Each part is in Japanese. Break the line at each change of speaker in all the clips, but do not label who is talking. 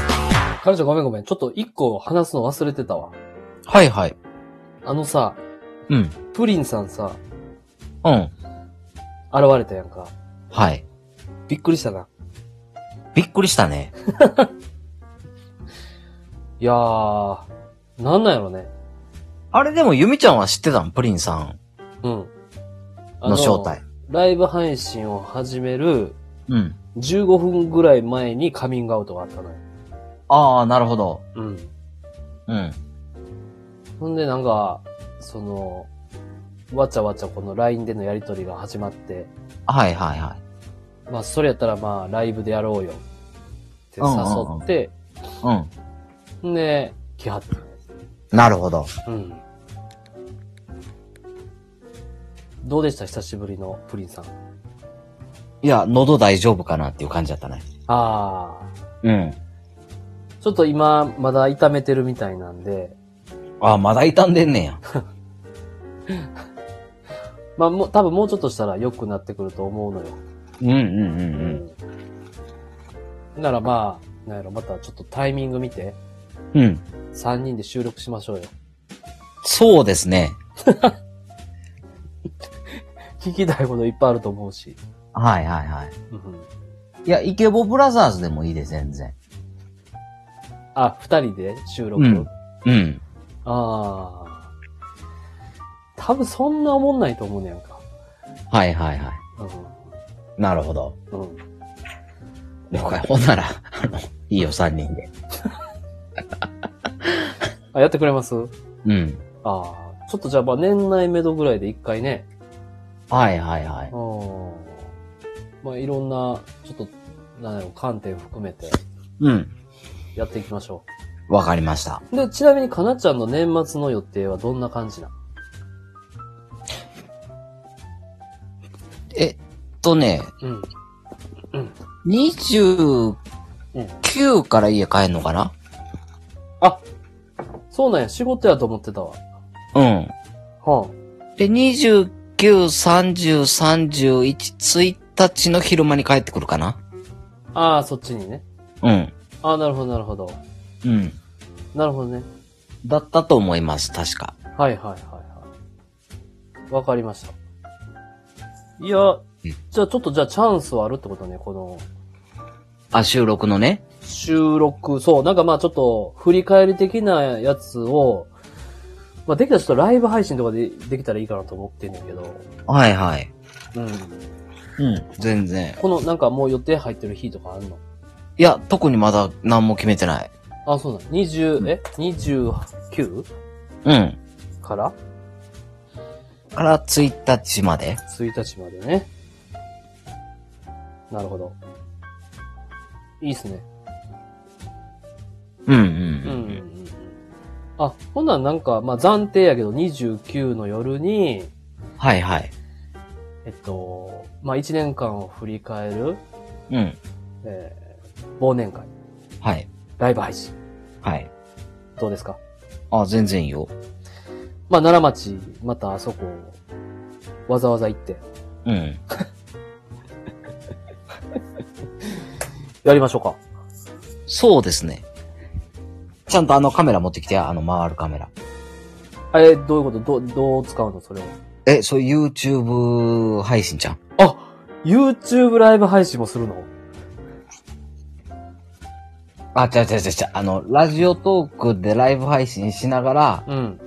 はるちゃんごめんごめん。ちょっと一個話すの忘れてたわ。
はいはい。
あのさ、
うん。
プリンさんさ、
うん。
現れたやんか。
はい。
びっくりしたな。
びっくりしたね。
いやー、なんなんやろね。
あれでも、ゆみちゃんは知ってたんプリンさん
うん。あ
の正体。
ライブ配信を始める
うん。
15分ぐらい前にカミングアウトがあったのよ。
ああ、なるほど。
うん。
うん。
ほんでなんか、その、わちゃわちゃこの LINE でのやりとりが始まって、
はいはいはい。
まあそれやったらまあライブでやろうよって誘って、
うん。
んで、来はった。
なるほど。
うん。どうでした久しぶりのプリンさん。
いや、喉大丈夫かなっていう感じだったね。
ああ。
うん。
ちょっと今、まだ痛めてるみたいなんで、
ああ、まだ傷んでんねや。
まあもう、多分もうちょっとしたら良くなってくると思うのよ。
うんうんう
うん
うん。
ならまあ、なんやろ、またちょっとタイミング見て、
うん。
3人で収録しましょうよ。
そうですね。
聞きたいこといっぱいあると思うし。
はいはいはい。
うん
いや、イケボブラザーズでもいいで、全然。
あ、2人で収録、
うんうん。
ああ。多分そんな思んないと思うねやんか。
はいはいはい。
う
なるほど。
ん。うん。
了解。ほんなら、あの、いいよ、三人で。
あ、やってくれます
うん。
ああ、ちょっとじゃあまあ年内めどぐらいで一回ね、
はいはいはい。
うんまあいろんな、ちょっと、なんやろ、観点含めて
うん。
やっていきましょ
わかりました。
う。で、ちなみにかなちゃんの年末の予定はどんな感じな
えっとね、
うん。
29から家帰んのかな
あそうなんや、仕事やと思ってたわ。
うん。
は
で、29、30、31、1日の昼間に帰ってくるかな
あ、ああ、そっちにね。
うん。
ああ、なるほど、なるほど。
うん。
なるほどね。
だったと思います、確か。
はいはいはいはい。わかりました。いや、じゃあちょっとじゃあチャンスはあるってことね、この
あ、収録のね。
収録、そう、なんかまあちょっと振り返り的なやつを、まあできたらちょっとライブ配信とかでできたらいいかなと思ってんだけど、
はいはい。
うん。
うん。全然。
このなんかもう予定入ってる日とかあるの
いや、特にまだ何も決めてない。
あ、そうなの ?20、え ?29
うん。
から
から1日まで。
1日までね。なるほど。いいっすね。
うんうん
うん
う
うん
ん。
うん。あ、ほんなんなんか、まあ暫定やけど29の夜に、
はいはい。
えっと、まあ1年間を振り返る
うん。
えー忘年会、
はい。
ライブ配信、
はい。
どうですか
あ、全然いいよ。
まあ、奈良町、またあそこ、わざわざ行って、
うん。
やりましょうか。
そうですね。ちゃんとあのカメラ持ってきてや、あの回るカメラ。
あえ、どういうことど、どう使うのそれを。
え、そう YouTube 配信じゃん。
あ !YouTube ライブ配信もするの
あ、ちゃうちゃうちゃうちゃう、あの、ラジオトークでライブ配信しながら、
うん。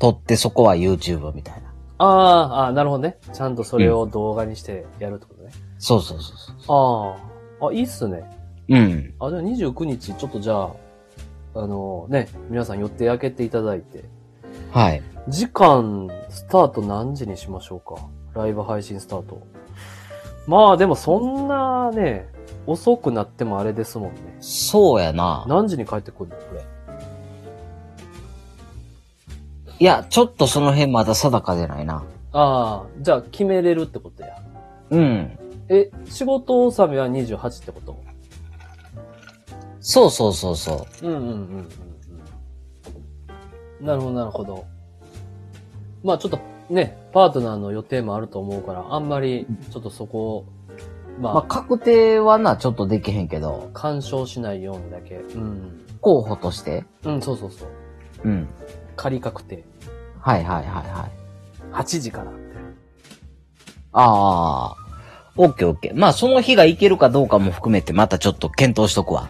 撮ってそこは YouTube みたいな。
ああ、あーなるほどね。ちゃんとそれを動画にしてやるってことね。
そうそうそうそう。
ああ。あ、いいっすね。
うん。
あ、じゃあ29日、ちょっとじゃあ、あのね、皆さん予定開けていただいて。
はい。
時間、スタート何時にしましょうかライブ配信スタート。まあでもそんなね、遅くなってもあれですもんね。
そうやな。
何時に帰ってくるのこれ。
いや、ちょっとその辺まだ定かでないな。
ああ、じゃあ決めれるってことや。
うん。
え、仕事納めは28ってこと
そうそうそうそ
うんうんうんうんうん。なるほどなるほど。まあちょっとね、パートナーの予定もあると思うから、あんまりちょっとそこをまあ、
まあ、確定はな、ちょっとできへんけど、
干渉しないようにだけ。うん。
候補として。
うん、そうそうそう。
うん。
仮確定。
はいはいはいはい。
8時から。
ああ。オッケーオッケー。まあ、その日がいけるかどうかも含めて、またちょっと検討しとくわ。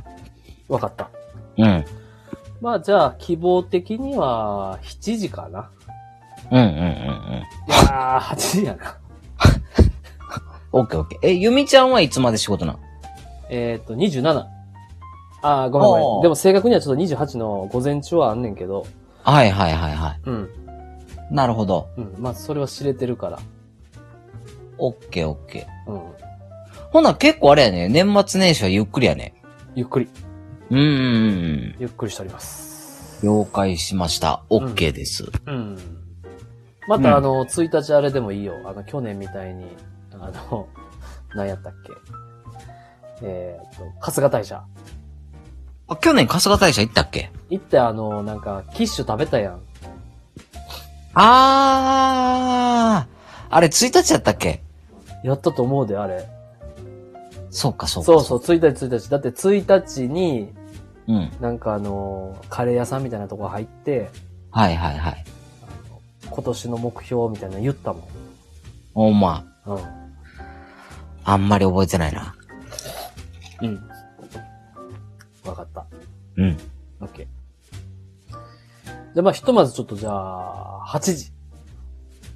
わかった。
うん。
まあ、じゃあ、希望的には、7時かな。
うんうんうんうん。
い やー、8時やな。
オッケーオッケー。え、ゆみちゃんはいつまで仕事なの
えっと、27。あー、ごめんごめ
お
ん。
ー
でも正確にはちょっと28の午前中はあんねんけど。
はいはいはいは
うん。
い。なるほど。
うん。まあ、それは知れてるから。
オッケーオッケー。
うん。
ほな、結構あれやね。年末年始はゆっくりやね。
ゆっくり、
うんうんうん。
ゆっくりしております。
了解しました。オッケーです。
うん。ま
うん
た、あの、1日あれでもいいよ。あの、去年みたいに、あの、 何やったっけ。えーっと、春日大社。
あ、去年春日大社行ったっけ
行って、あの、なんか、キッシュ食べたやん。
あー。あれ、1日やったっけ
やったと思うで、あれ。
そうかそうか。
そうそう、1日1日。だって1日に、
う。うん。
なんかあの、カレー屋さんみたいなとこ入って、
はいはいはい。
今年の目標みたいなの言ったも
おま、
ん。
あんまり覚えてないな。
うん。うん。わかった。
うん。
オッケー。じゃあまあ、ひとまずちょっとじゃあ、8時。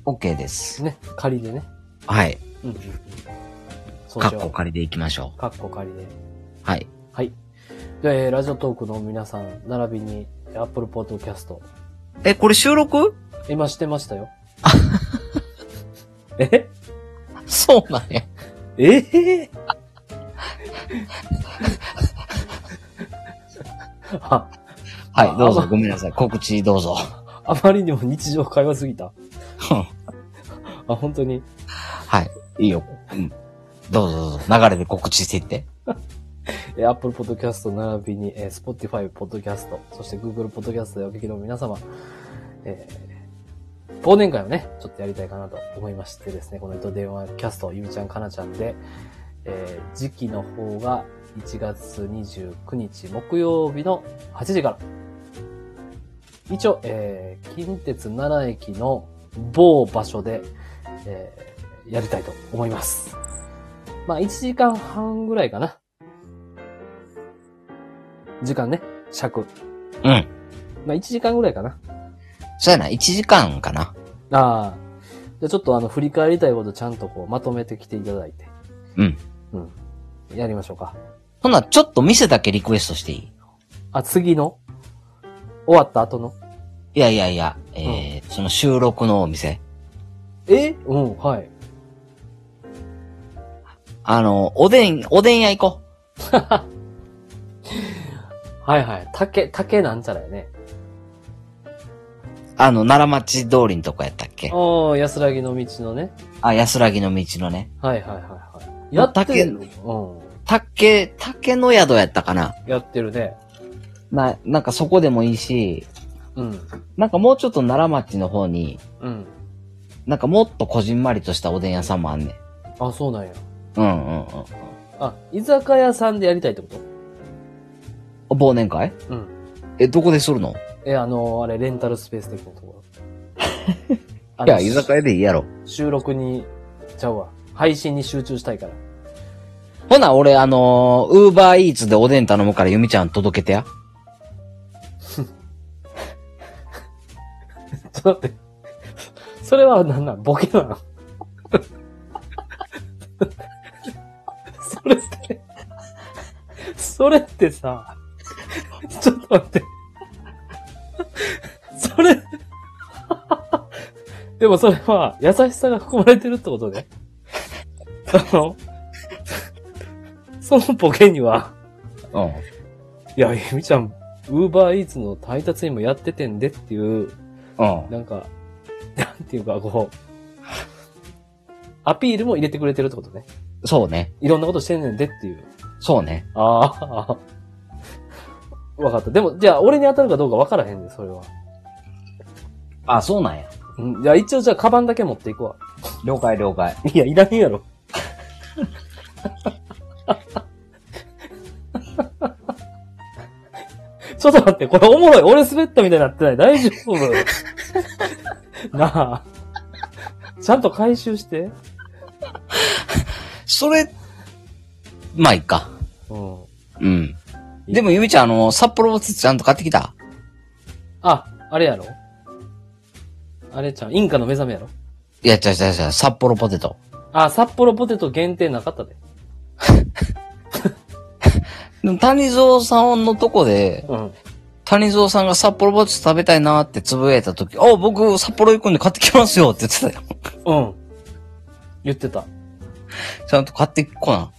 オッケーです。
ね。仮でね。
はい。
うんうんうん。そう
カ
しよ
ッコ
う。
借りでいきましょう。
カッコ仮で。
はい。
はい。で、えーラジオトークの皆さん、並びに、Apple Podcast、
え、これ収録
今してました よ。え
そうなんや。
ええ あ、
は
あ
い、どう
あ
ぞ。
ま
ごめんなさい。告知どうぞ。
あまりにも日常会話すぎた。あ、本当に。
はい。いいよ。うん。どうぞどうぞ。流れで告知していって。
えー Apple Podcast 並びに、えー Spotify Podcast、そして Google Podcast でお聞きの皆様、えー忘年会をね、ちょっとやりたいかなと思いましてですね、この糸電話キャスト、ゆみちゃん、かなちゃんで、えー時期の方が1月29日木曜日の8時から。一応、えー近鉄7駅の某場所で、えーやりたいと思います。まあ、1時間半ぐらいかな。時間ね、尺。
うん。
まあ、1時間ぐらいかな。
そうやな。1時間かな。
ああ。じゃあちょっとあの、振り返りたいことちゃんとこう、まとめてきていただいて。
うん。
うん。やりましょうか。
ほな、ちょっと店だけリクエストしていい
あ、次の終わった後の
いやいやいや、えーその収録のお店。
えうん、はい。
あの、おでん、おでん屋行こ
はいはい。竹、竹なんちゃらやね。
う。あの、奈良町通りのとこやったっけ
ああ、安らぎの道のね。
あ、安らぎの道のね。
はいはいはいはい。やってるの
竹、竹の宿やったかな
うん。やってるね。
な、なんかそこでもいいし、
うん。
なんかもうちょっと奈良町の方に、
うん。
なんかもっとこじんまりとしたおでん屋さんもあんねん。
あ、そうなんや。
うんうんうん。
あ、居酒屋さんでやりたいってこ
忘年会
とうん。
え、どこでするの
え、あの、あれ、レンタルスペース的なと ころ。あ
い
の
や、居酒屋でいいやろ。
収録に、ちゃうわ。配信に集中したいから。
ほな、俺、あのウーバーイーツでおでん頼むから、ゆみちゃん届けてや。
ちょっと待って。 それはなんなんボケなの それって、それってさ、ちょっと待って。それ、でもそれは優しさが含まれてるってことね。あの、そのボケには、
うん。
いや、ゆみちゃん、ウーバーイーツの配達員もやっててんでっていう、
うん。
なんか、なんていうか、こう、アピールも入れてくれてるってことね。
そうね。
いろんなことしてんねんでっていう。
そうね。
ああ。わかった。でも、じゃあ、俺に当たるかどうかわからへんで、それは。
あ、そうなんや。
うんじゃあ、一応、じゃあ、カバンだけ持っていくわ。
了解了解。
いや、いらんやろ。 ちょっと待って、これおもろい。俺滑ったみたいになってない。大丈夫 なあ。ちゃんと回収して。
それ、まあ、いっか。
うん。
うん。でも、ゆみちゃん、あの、札幌ボツちゃんと買ってきた
あ、あれやろあれちゃん、インカの目覚めやろ
いや、ちゃうちゃうちゃう、札幌ポテト。
あ、札幌ポテト限定なかったで。
でも、谷蔵さんのとこで、
うん。
谷蔵さんが札幌ポテト食べたいなーってつぶやいたとき、あ、僕、札幌行くんで買ってきますよって言ってたよ。
うん。言ってた。
ちゃんと買ってこな。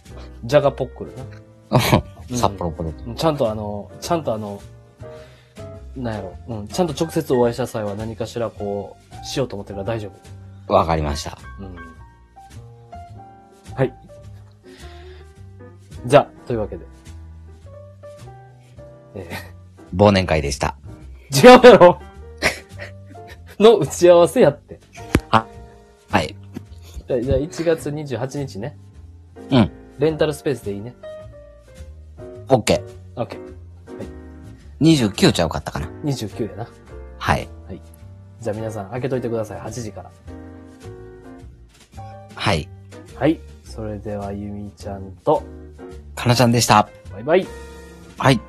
ジャガポックルな。
うん 札幌ポテト。
うんちゃんとあの、ちゃんとあの、なんやろ。うん。ちゃんと直接お会いした際は何かしらこう、しようと思ってるから大丈夫。
わかりました。
うん。はい。じゃあ、というわけで。え
忘年会でした。
ー、 違うやろの打ち合わせやって。
はい。
じゃあ、じゃあ1月28日ね。
うん。
レンタルスペースでいいね。
オッケー。
オッケー。
29ちゃうかったかな。
29やな。
はい。
じゃあ皆さん開けといてください。8時から。
はい。
はい。それでは、ゆみちゃんと、
かなちゃんでした。
バイバイ。
はい。